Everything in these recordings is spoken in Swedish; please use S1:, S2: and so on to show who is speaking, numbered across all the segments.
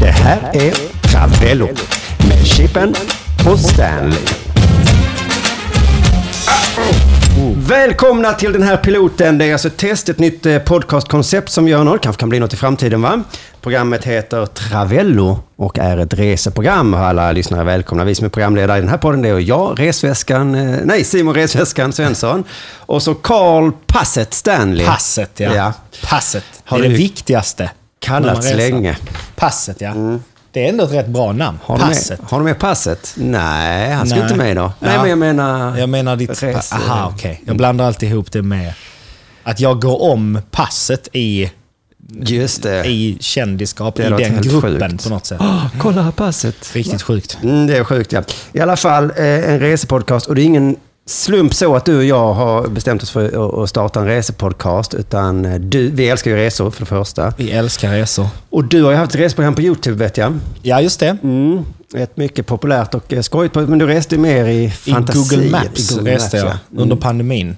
S1: här är Travello med Chippen och Stanley. Välkomna till den här piloten. Det är alltså ett test, ett nytt eh, podcastkoncept som vi gör nu. Det kanske kan bli något i framtiden va? Programmet heter Travello och är ett reseprogram. Och Alla lyssnare är välkomna. Vi som är programledare i den här podden det är jag, resväskan, eh, nej Simon Resväskan Svensson och så Carl Passet Stanley.
S2: Passet, ja.
S1: Ja.
S2: Passet.
S1: Har
S2: det är
S1: du-
S2: det viktigaste.
S1: Kallats
S2: när man reser.
S1: länge. Mm.
S2: Passet, ja. Det är ändå ett rätt bra namn.
S1: Har du, med,
S2: passet.
S1: har du med passet? Nej, han ska
S2: Nej.
S1: inte med idag. Nej,
S2: Ja.
S1: men jag menar...
S2: Jag menar ditt...
S1: Res-
S2: Pa- Aha, okej. Jag blandar alltid ihop det med att jag går om passet i,
S1: Just det.
S2: i kändiskap,
S1: Det
S2: i
S1: låter
S2: den
S1: helt
S2: gruppen
S1: sjukt.
S2: på något sätt.
S1: Åh, kolla här passet.
S2: Riktigt sjukt.
S1: Mm, det är sjukt ja. I alla fall eh, en resepodcast och det är ingen slump så att du och jag har bestämt oss för att- att starta en resepodcast. Utan eh, du, vi älskar ju resor för det första.
S2: Vi älskar resor.
S1: Och du har ju haft ett reseprogram på YouTube vet jag.
S2: Ja, just det.
S1: Mm, ett mycket populärt och eh, skojigt. på- Men du reste ju mer i
S2: I
S1: fantasi.
S2: Google Maps reste jag
S1: Mm.
S2: under pandemin.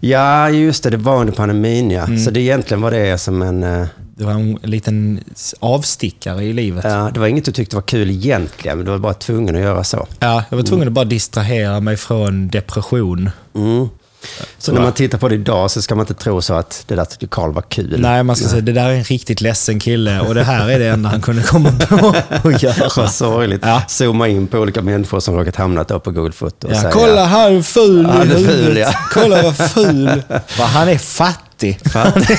S1: Ja, just det. Det var under pandemin, ja.
S2: Mm.
S1: Så det egentligen var det som en... eh,
S2: Det var en liten avstickare i livet.
S1: Ja, det var inget du tyckte var kul egentligen, men du var bara tvungen att göra så.
S2: Ja, jag var tvungen att bara distrahera mig från depression.
S1: Mm. Så när man tittar på det idag så ska man inte tro så att det där tyckte Karl var kul.
S2: Nej, man ska säga det där är en riktigt ledsen kille och det här är det enda han kunde komma på att göra.
S1: Vad sorgligt.
S2: Ja.
S1: Zooma in på olika människor som råkat hamna då på Google Foto och
S2: Ja,
S1: säga...
S2: kolla han är ful
S1: Han är
S2: i huvudet.
S1: ful, ja.
S2: Kolla vad ful. Va, han är fattig.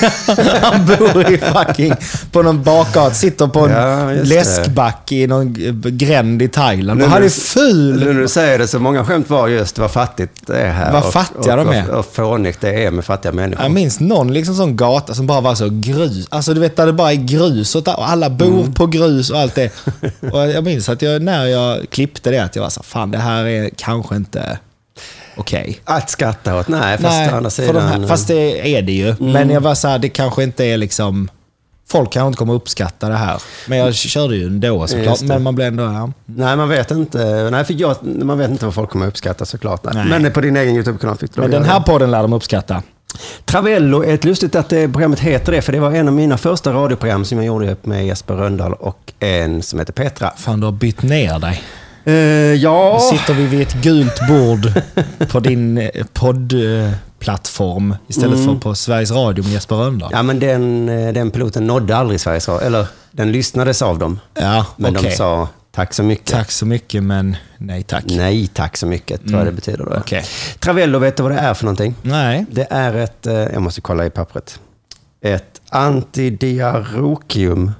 S2: han bor i fucking på någon bakgata, sitter på en
S1: Ja, just det.
S2: läskback i någon gränd i Thailand. Va,
S1: Nu
S2: han
S1: när
S2: är
S1: du- Nu
S2: ful.
S1: när du säger det så många skämt var just vad fattigt det är här.
S2: Vad
S1: och-
S2: fattiga
S1: och,
S2: de är.
S1: Och, och fånigt det är med fattiga människor.
S2: Jag minns någon liksom sån gata som bara var så grus. Alltså du vet där det bara är grus och, där, och alla bor
S1: Mm.
S2: på grus och allt det. Och jag minns att jag, när jag klippte det att jag var så här, fan det här är kanske inte okej.
S1: Att skratta åt? Nej, fast å andra
S2: för de
S1: sidan... Mm.
S2: här, fast det är det ju. Men jag var så här, det kanske inte är liksom... Folk kanske inte kommer uppskatta det här. Men jag körde ju ändå såklart.
S1: Just det.
S2: Men man blir ändå... Ja.
S1: Nej, man vet inte. Nej, för jag, man vet inte vad folk kommer uppskatta såklart. Nej.
S2: Nej.
S1: Men på din egen YouTube-kanal fick du
S2: Men
S1: göra
S2: den
S1: det.
S2: här podden lär de uppskatta.
S1: Travello är ett lustigt att det programmet heter det, för det var en av mina första radioprogram som jag gjorde med Jesper Röndahl och en som heter Petra.
S2: Fan, du har bytt ner dig.
S1: Eh, ja,
S2: Nu sitter vi vid ett gult bord på din eh, poddplattform istället
S1: Mm.
S2: för på Sveriges Radio med Jesper Rönndahl.
S1: ja men den, eh, den piloten nådde aldrig Sveriges Radio, eller den lyssnades av dem.
S2: Ja,
S1: Men de
S2: okej.
S1: sa Mm. tack så mycket.
S2: Tack så mycket, men nej tack.
S1: Nej, tack så mycket, tror jag det betyder. Då.
S2: Mm. Okej.
S1: Travello, vet du vad det är för någonting?
S2: Nej.
S1: Det är ett, eh, jag måste kolla i pappret, ett antidiarokium.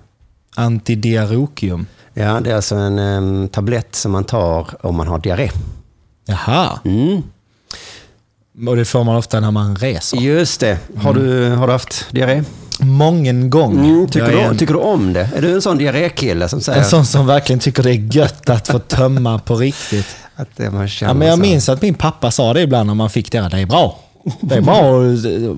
S2: Antidiarokium.
S1: Ja, det är alltså en em, tablett som man tar om man har diarré.
S2: Jaha.
S1: Mm.
S2: Och det får man ofta när man reser.
S1: Just det. Har, du, har du haft diarré?
S2: Mången gång.
S1: Mm, tycker,
S2: Jag är
S1: du,
S2: en,
S1: tycker du om det? Är du en sån diarrékille som säger
S2: en sån som verkligen tycker det är gött att få tömma på riktigt.
S1: att det man känner
S2: Ja, men jag
S1: så?
S2: minns att min pappa sa det ibland när man fick det. här, Det är bra. Det är bra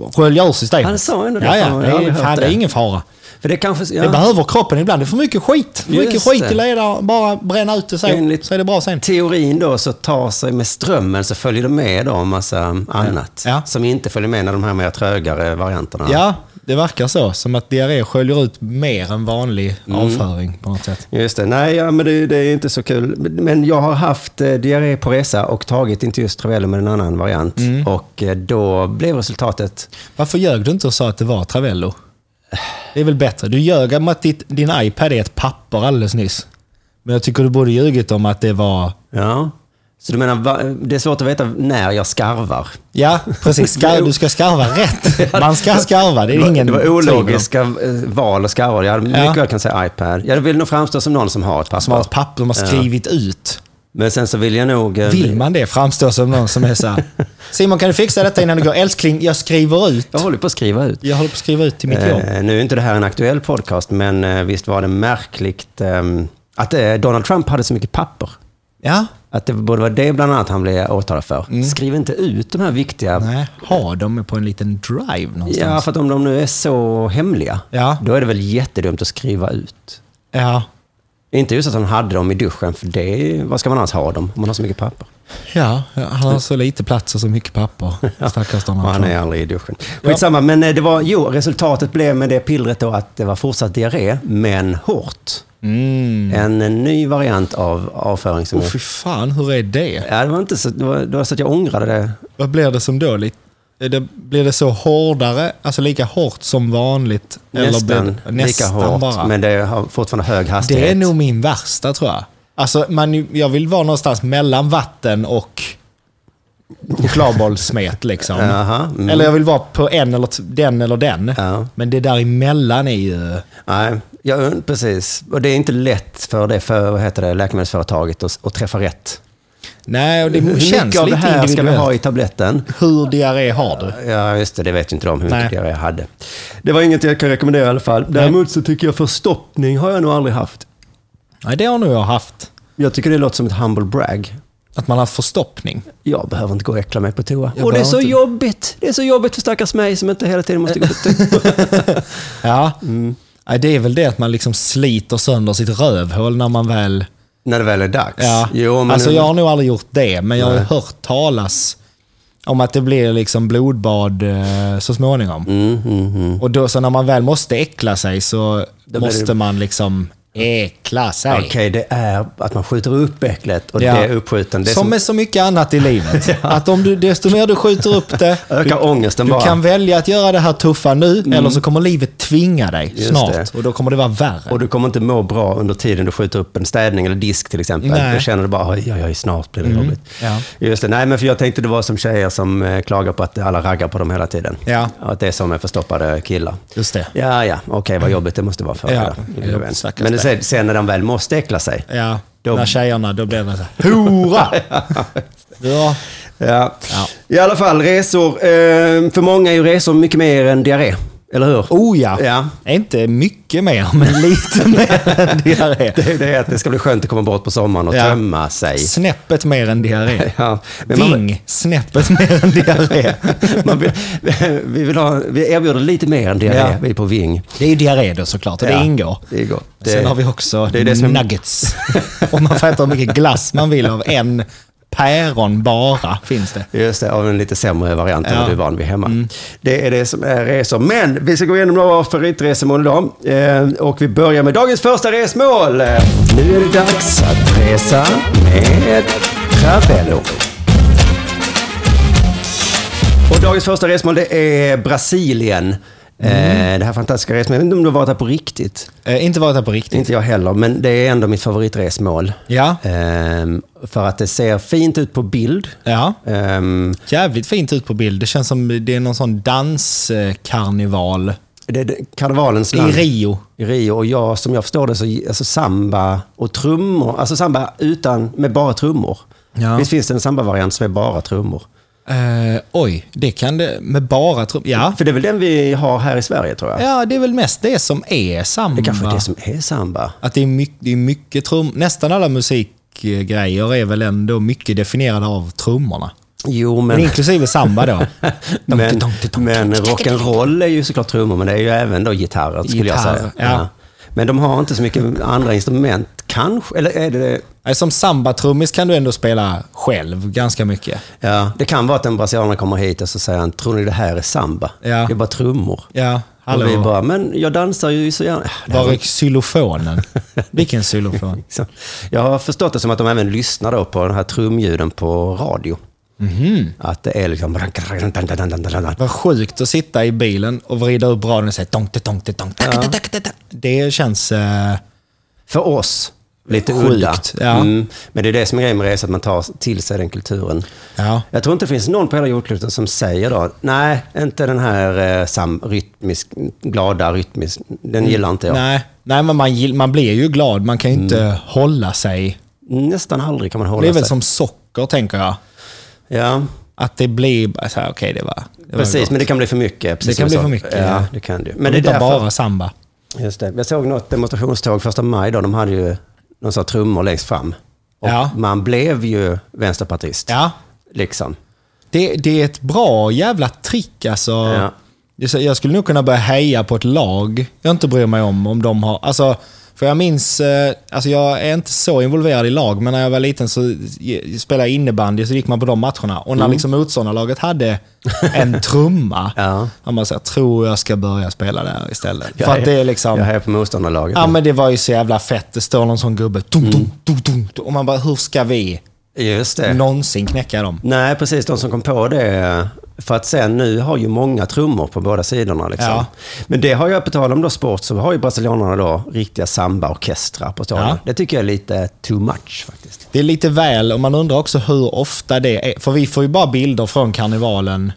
S2: att skölja ur systemet.
S1: Han sa ändå det.
S2: Ja,
S1: Fan,
S2: ja.
S1: jag har
S2: Det, är,
S1: aldrig hört
S2: fan, det är
S1: det.
S2: ingen fara.
S1: För det kanske...
S2: Det
S1: Ja,
S2: behöver kroppen ibland. Det är för mycket skit. För
S1: Just
S2: mycket skit
S1: det.
S2: i ledaren. Bara bränna ut det så,
S1: Enligt-
S2: så är det bra sen.
S1: teorin då så tar sig med strömmen så följer det med då en massa annat.
S2: Ja.
S1: Som inte följer med när de här mer trögare varianterna.
S2: Ja, det verkar så. Som att diarré sköljer ut mer än vanlig
S1: Mm.
S2: avföring på något sätt.
S1: Just det. Nej, ja, men det, det är inte så kul. Men jag har haft eh, diarré på resa och tagit inte just Travello men en annan variant.
S2: Mm.
S1: Och eh, då blev resultatet...
S2: Varför ljög du inte och sa att det var Travello? Det är väl bättre. Du ljög om att ditt, din iPad är ett papper alldeles nyss. Men jag tycker du borde ljugit om att det var...
S1: Ja. Så du menar, va- det är svårt att veta när jag skarvar.
S2: Ja, precis. Skar, du ska skarva rätt. Man ska skarva. Det
S1: Det
S2: är
S1: var,
S2: ingen
S1: det var
S2: tvekan om.
S1: ologiska eh, val och skarvar. Jag hade mycket
S2: Ja.
S1: väl kunnat säga iPad. Jag vill nog framstå som någon som har ett papper.
S2: Som har ett papper de har skrivit ut.
S1: Men sen så vill jag nog... eh,
S2: Vill man det? Framstår som någon som är så här, Simon, kan du fixa detta innan du går? Älskling, jag skriver ut.
S1: Jag håller på att skriva ut.
S2: Jag håller på att skriva ut till mitt jobb.
S1: Eh, nu är inte det här en aktuell podcast, men eh, visst var det märkligt ehm, att eh, Donald Trump hade så mycket papper.
S2: Ja.
S1: Att det borde vara det bland annat han blev åtalad för. Skriv inte ut de här viktiga...
S2: Mm. Nej, ha dem på en liten drive
S1: Ja,
S2: någonstans.
S1: för att om de nu är så hemliga,
S2: Ja.
S1: då är det väl jättedumt att skriva ut.
S2: Ja.
S1: Inte just att han hade dem i duschen, för det, vad ska man annars ha dem om man har så mycket papper?
S2: Ja, han har så lite plats och så mycket papper. Stackars
S1: Och
S2: Donald
S1: han
S2: Trump.
S1: är aldrig i duschen. Skitsamma, men eh, det var, jo, resultatet blev med det pillret då att det var fortsatt diarré, men hårt.
S2: Mm.
S1: En, en ny variant av avföring. Som
S2: Oh, fy fan, hur är det?
S1: jag, ja, det, var inte så, det, var, det var så att jag ångrade det.
S2: Vad blir det som då? Lite- är Det, blir det så hårdare, alltså lika hårt som vanligt?
S1: Nästan,
S2: blir det-
S1: lika hårt, men det har fortfarande hög hastighet.
S2: Det är nog min värsta tror jag. Alltså, man, jag vill vara någonstans mellan vatten och chokladbollssmet liksom.
S1: Jaha, mm.
S2: Eller jag vill vara på en eller t- den eller den.
S1: Ja.
S2: Men det däremellan är ju...
S1: Nej, jag, und- precis. Och det är inte lätt för det för, vad heter det, läkemedelsföretaget att, att träffa rätt.
S2: Nej, och det
S1: Hur
S2: känns
S1: mycket av
S2: lite
S1: det här ska vi
S2: individuellt.
S1: ha i tabletten?
S2: Hur diarré har du?
S1: Ja, just det. Det vet ju inte de hur mycket
S2: Nej.
S1: diarré jag hade. Det var inget jag kan rekommendera i alla fall. Däremot så tycker jag förstoppning har jag nog aldrig haft.
S2: Nej, det har nog jag haft.
S1: Jag tycker det låter som ett humble brag.
S2: Att man har haft förstoppning.
S1: Jag behöver inte gå och äckla mig på toa.
S2: Jag
S1: och det är
S2: behöver
S1: så
S2: inte.
S1: jobbigt. Det är så jobbigt för stackars mig som inte hela tiden måste gå på toa.
S2: Ja.
S1: Mm.
S2: Nej, det är väl det att man liksom sliter sönder sitt rövhål när man väl...
S1: När det väl är dags.
S2: Ja.
S1: Jo, men
S2: alltså, jag har nog aldrig gjort det, men jag har ju hört talas om att det blir liksom blodbad eh, så småningom.
S1: Mm, mm, mm.
S2: Och då, så när man väl måste äckla sig så
S1: blir
S2: måste
S1: det-
S2: man liksom äckla sig.
S1: Okej, det är att man skjuter upp äcklet och
S2: Ja.
S1: det är uppskjuten. Det är
S2: som,
S1: som,
S2: med så mycket annat i livet. Att om du, desto mer du skjuter upp det,
S1: ökar ångesten
S2: du
S1: bara. Mm.
S2: kan välja att göra det här tuffa nu, eller så kommer livet tvinga dig
S1: Just
S2: snart.
S1: det.
S2: Och då kommer det vara värre.
S1: Och du kommer inte må bra under tiden du skjuter upp en städning eller disk till exempel.
S2: Nej. Mm.
S1: Då känner du bara, oj, oj, oj, snart blir det jobbigt.
S2: Ja.
S1: Just det, nej men för jag tänkte det var som tjejer som eh, klagar på att alla raggar på dem hela tiden.
S2: Ja.
S1: Att det är som med förstoppade killar.
S2: Just det.
S1: Ja, ja, okej, vad jobbigt det måste vara för
S2: Ja.
S1: dig då, lille vän.
S2: Stackars
S1: Men
S2: dig.
S1: sen, sen när de väl måste äckla sig.
S2: Ja,
S1: Då-
S2: när tjejerna, då blir det så här, hora! ja.
S1: Ja.
S2: Ja.
S1: I alla fall, resor. Eh, för många är ju resor mycket mer än diarré, eller hur?
S2: Oh ja.
S1: Ja.
S2: Inte mycket mer, men lite mer än diarré.
S1: Det är det att det ska bli skönt att komma bort på sommaren och
S2: Ja.
S1: tömma sig.
S2: Snäppet mer än diarré.
S1: Ja, men man-
S2: Ving, snäppet mer än diarré.
S1: Man vill, vi, vill ha, vi erbjuder lite mer än diarré,
S2: Ja.
S1: vi är på Ving.
S2: Det är ju diarré då såklart, och
S1: Ja,
S2: det ingår.
S1: Det går. Det,
S2: Sen har vi också
S1: det är det som är-
S2: nuggets. Och man får äta hur mycket glass man vill av en päron bara, finns det.
S1: Just det, av en lite sämre variant än
S2: Ja. Mm.
S1: vad du är van vid hemma. Det är det som är resor. Men vi ska gå igenom några av favoritresemål idag. Eh, och vi börjar med dagens första resmål. Nu är det dags att resa med Travello. Och dagens första resmål det är Brasilien.
S2: Mm.
S1: Eh, det här fantastiska resmålet. Jag vet inte om du har varit här på riktigt.
S2: Eh, inte varit där på
S1: Det är
S2: riktigt.
S1: Inte jag heller, men det är ändå mitt favoritresmål.
S2: Ja.
S1: Ehm, för att det ser fint ut på bild.
S2: Ja.
S1: Ehm,
S2: Jävligt fint ut på bild. Det känns som det är någon sån danskarnival
S1: det är det- karnevalens
S2: i
S1: land.
S2: Rio.
S1: I Rio. Och jag, som jag förstår det, så alltså samba och trummor. Alltså samba utan, med bara trummor.
S2: Ja.
S1: Visst finns det en samba-variant som är bara trummor?
S2: Eh, oj, det kan det med bara trupp. Ja.
S1: För det är väl den vi har här i Sverige, tror jag.
S2: ja, det är väl mest det som är samba.
S1: Det kanske är det som är samba.
S2: Att det är mycket, det är mycket trum. Nästan alla musikgrejer är väl ändå mycket definierade av trummorna.
S1: Jo,
S2: Men
S1: men...
S2: inklusive samba då.
S1: Men, men rock'n'roll är ju såklart trummor, men det är ju även då gitarrer skulle jag
S2: Gitarr,
S1: säga.
S2: ja.
S1: Men de har inte så mycket andra instrument, kanske? Eller är det...
S2: Nej, Som sambatrummis kan du ändå spela själv ganska mycket.
S1: Ja, det kan vara att en brasilianare kommer hit och så säger han, tror ni det här är samba?
S2: Ja.
S1: Det är bara trummor.
S2: Ja,
S1: och vi
S2: hallå.
S1: bara, men jag dansar ju så gärna. Det här
S2: Var
S1: var-
S2: är xylofonen? Vilken xylofon?
S1: liksom. Jag har förstått det som att de även lyssnar då på de här trumljuden på radio.
S2: Mhm.
S1: Att det är liksom...
S2: Vad sjukt att sitta i bilen och vrida upp radion och säga tonkte tonkte tonkte. Det känns... eh,
S1: För oss, lite
S2: Sjukt,
S1: udda.
S2: ja.
S1: Mm. Men det är det som är grejen med resa, att man tar till sig den kulturen.
S2: ja.
S1: Jag tror inte det finns någon på hela jordklotet som säger då, nej, inte den här eh, sam, rytmisk, glada rytmisk, den gillar inte jag.
S2: Mm. Nej, nej men man, gill- man blir ju glad. Man kan ju inte hålla sig.
S1: Nästan aldrig kan man hålla
S2: Det är väl
S1: Mm. sig.
S2: som socker, tänker jag.
S1: Ja,
S2: Att det blir... bara så här, Okej, det var... Det var
S1: precis,
S2: gott.
S1: men det kan bli för mycket. Precis
S2: Det
S1: som
S2: kan
S1: jag
S2: bli
S1: sa.
S2: för mycket,
S1: Ja,
S2: ja.
S1: det kan det ju.
S2: Men
S1: Men det är därför,
S2: bara samba.
S1: just det. Jag såg något demonstrationståg första maj då, de hade ju någon sån här trummor längst fram. Och
S2: Ja.
S1: man blev ju vänsterpartist,
S2: Ja.
S1: liksom.
S2: Det, det är ett bra jävla trick alltså.
S1: Ja.
S2: Det är så- Jag skulle nog kunna börja heja på ett lag jag inte bryr mig om. om de har, alltså, för För jag minns, eh, alltså jag är inte så involverad i lag, men när jag var liten så ge- spelade jag innebandy så gick man på de matcherna. Och
S1: Mm.
S2: när liksom motståndarlaget hade en trumma,
S1: Ja.
S2: ja. man säger, tror jag ska börja spela där istället.
S1: Jag
S2: För att det är liksom...
S1: Jag är på motståndarlaget.
S2: Ja men det var ju så jävla fett. Det står någon sån gubbe. Dum,
S1: Mm.
S2: dum, dum, dum, dum. Och man bara, hur ska vi
S1: Just det.
S2: någonsin knäcka dem?
S1: Nej, precis. De som kom på det. För att sen nu har ju många trummor på båda sidorna. Liksom.
S2: Ja.
S1: Men det har jag, på tal om då sport, så har ju brasilianerna då riktiga samba-orkestrar på stadion.
S2: Ja.
S1: Det tycker jag är lite too much faktiskt.
S2: Det är lite väl, och man undrar också hur ofta det är. För vi får ju bara bilder från karnevalen.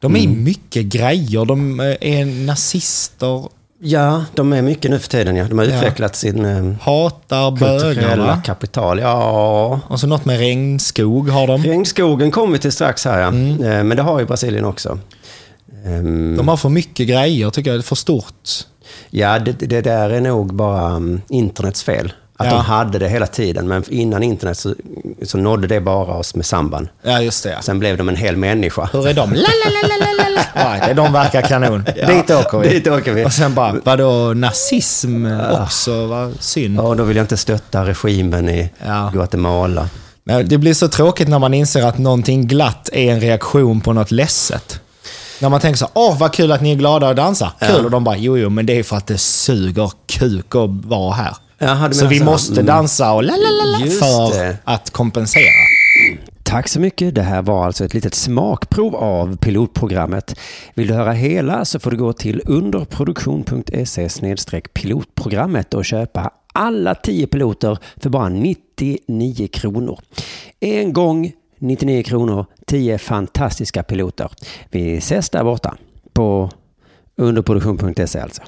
S2: De är mycket grejer. De eh, är nazister,
S1: Ja, de är mycket nu för tiden. Ja. De har
S2: Ja.
S1: utvecklat sin eh,
S2: hatar bögar.
S1: kulturella
S2: va?
S1: kapital. Ja,
S2: Och så något med regnskog har de.
S1: regnskogen kommer vi till strax här. Ja.
S2: Mm.
S1: Eh, Men det har ju Brasilien också. Ehm,
S2: De har för mycket grejer tycker jag. Det är för stort.
S1: Ja, det, det där är nog bara mm, internets fel. Att
S2: Ja.
S1: de hade det hela tiden, men innan internet så, så nådde det bara oss med samban.
S2: Ja, just det. ja.
S1: Sen blev de en hel människa.
S2: Hur är de? La, la, la, la, la, la. Ja, det- de verkar kanon.
S1: Ja,
S2: Dit åker vi.
S1: Dit åker vi.
S2: Och sen bara, Ah. vadå nazism också? Vad synd.
S1: Ja, då vill jag inte stötta regimen i
S2: Ja.
S1: Guatemala.
S2: Men Det blir så tråkigt när man inser att någonting glatt är en reaktion på något ledset. När man tänker så här, åh vad kul att ni är glada och dansar. Kul. Och de bara, jo jo men det är för att det suger kuk att vara här.
S1: Jaha, du
S2: så
S1: menar
S2: vi
S1: så.
S2: måste
S1: Mm.
S2: dansa och la la la la
S1: Just
S2: för
S1: det.
S2: att kompensera.
S1: Tack så mycket. Det här var alltså ett litet smakprov av pilotprogrammet. Vill du höra hela så får du gå till underproduktion.se pilotprogrammet och köpa alla 10 piloter för bara 99 kronor. En gång 99 kronor, 10 fantastiska piloter. Vi ses där borta på underproduktion.se alltså.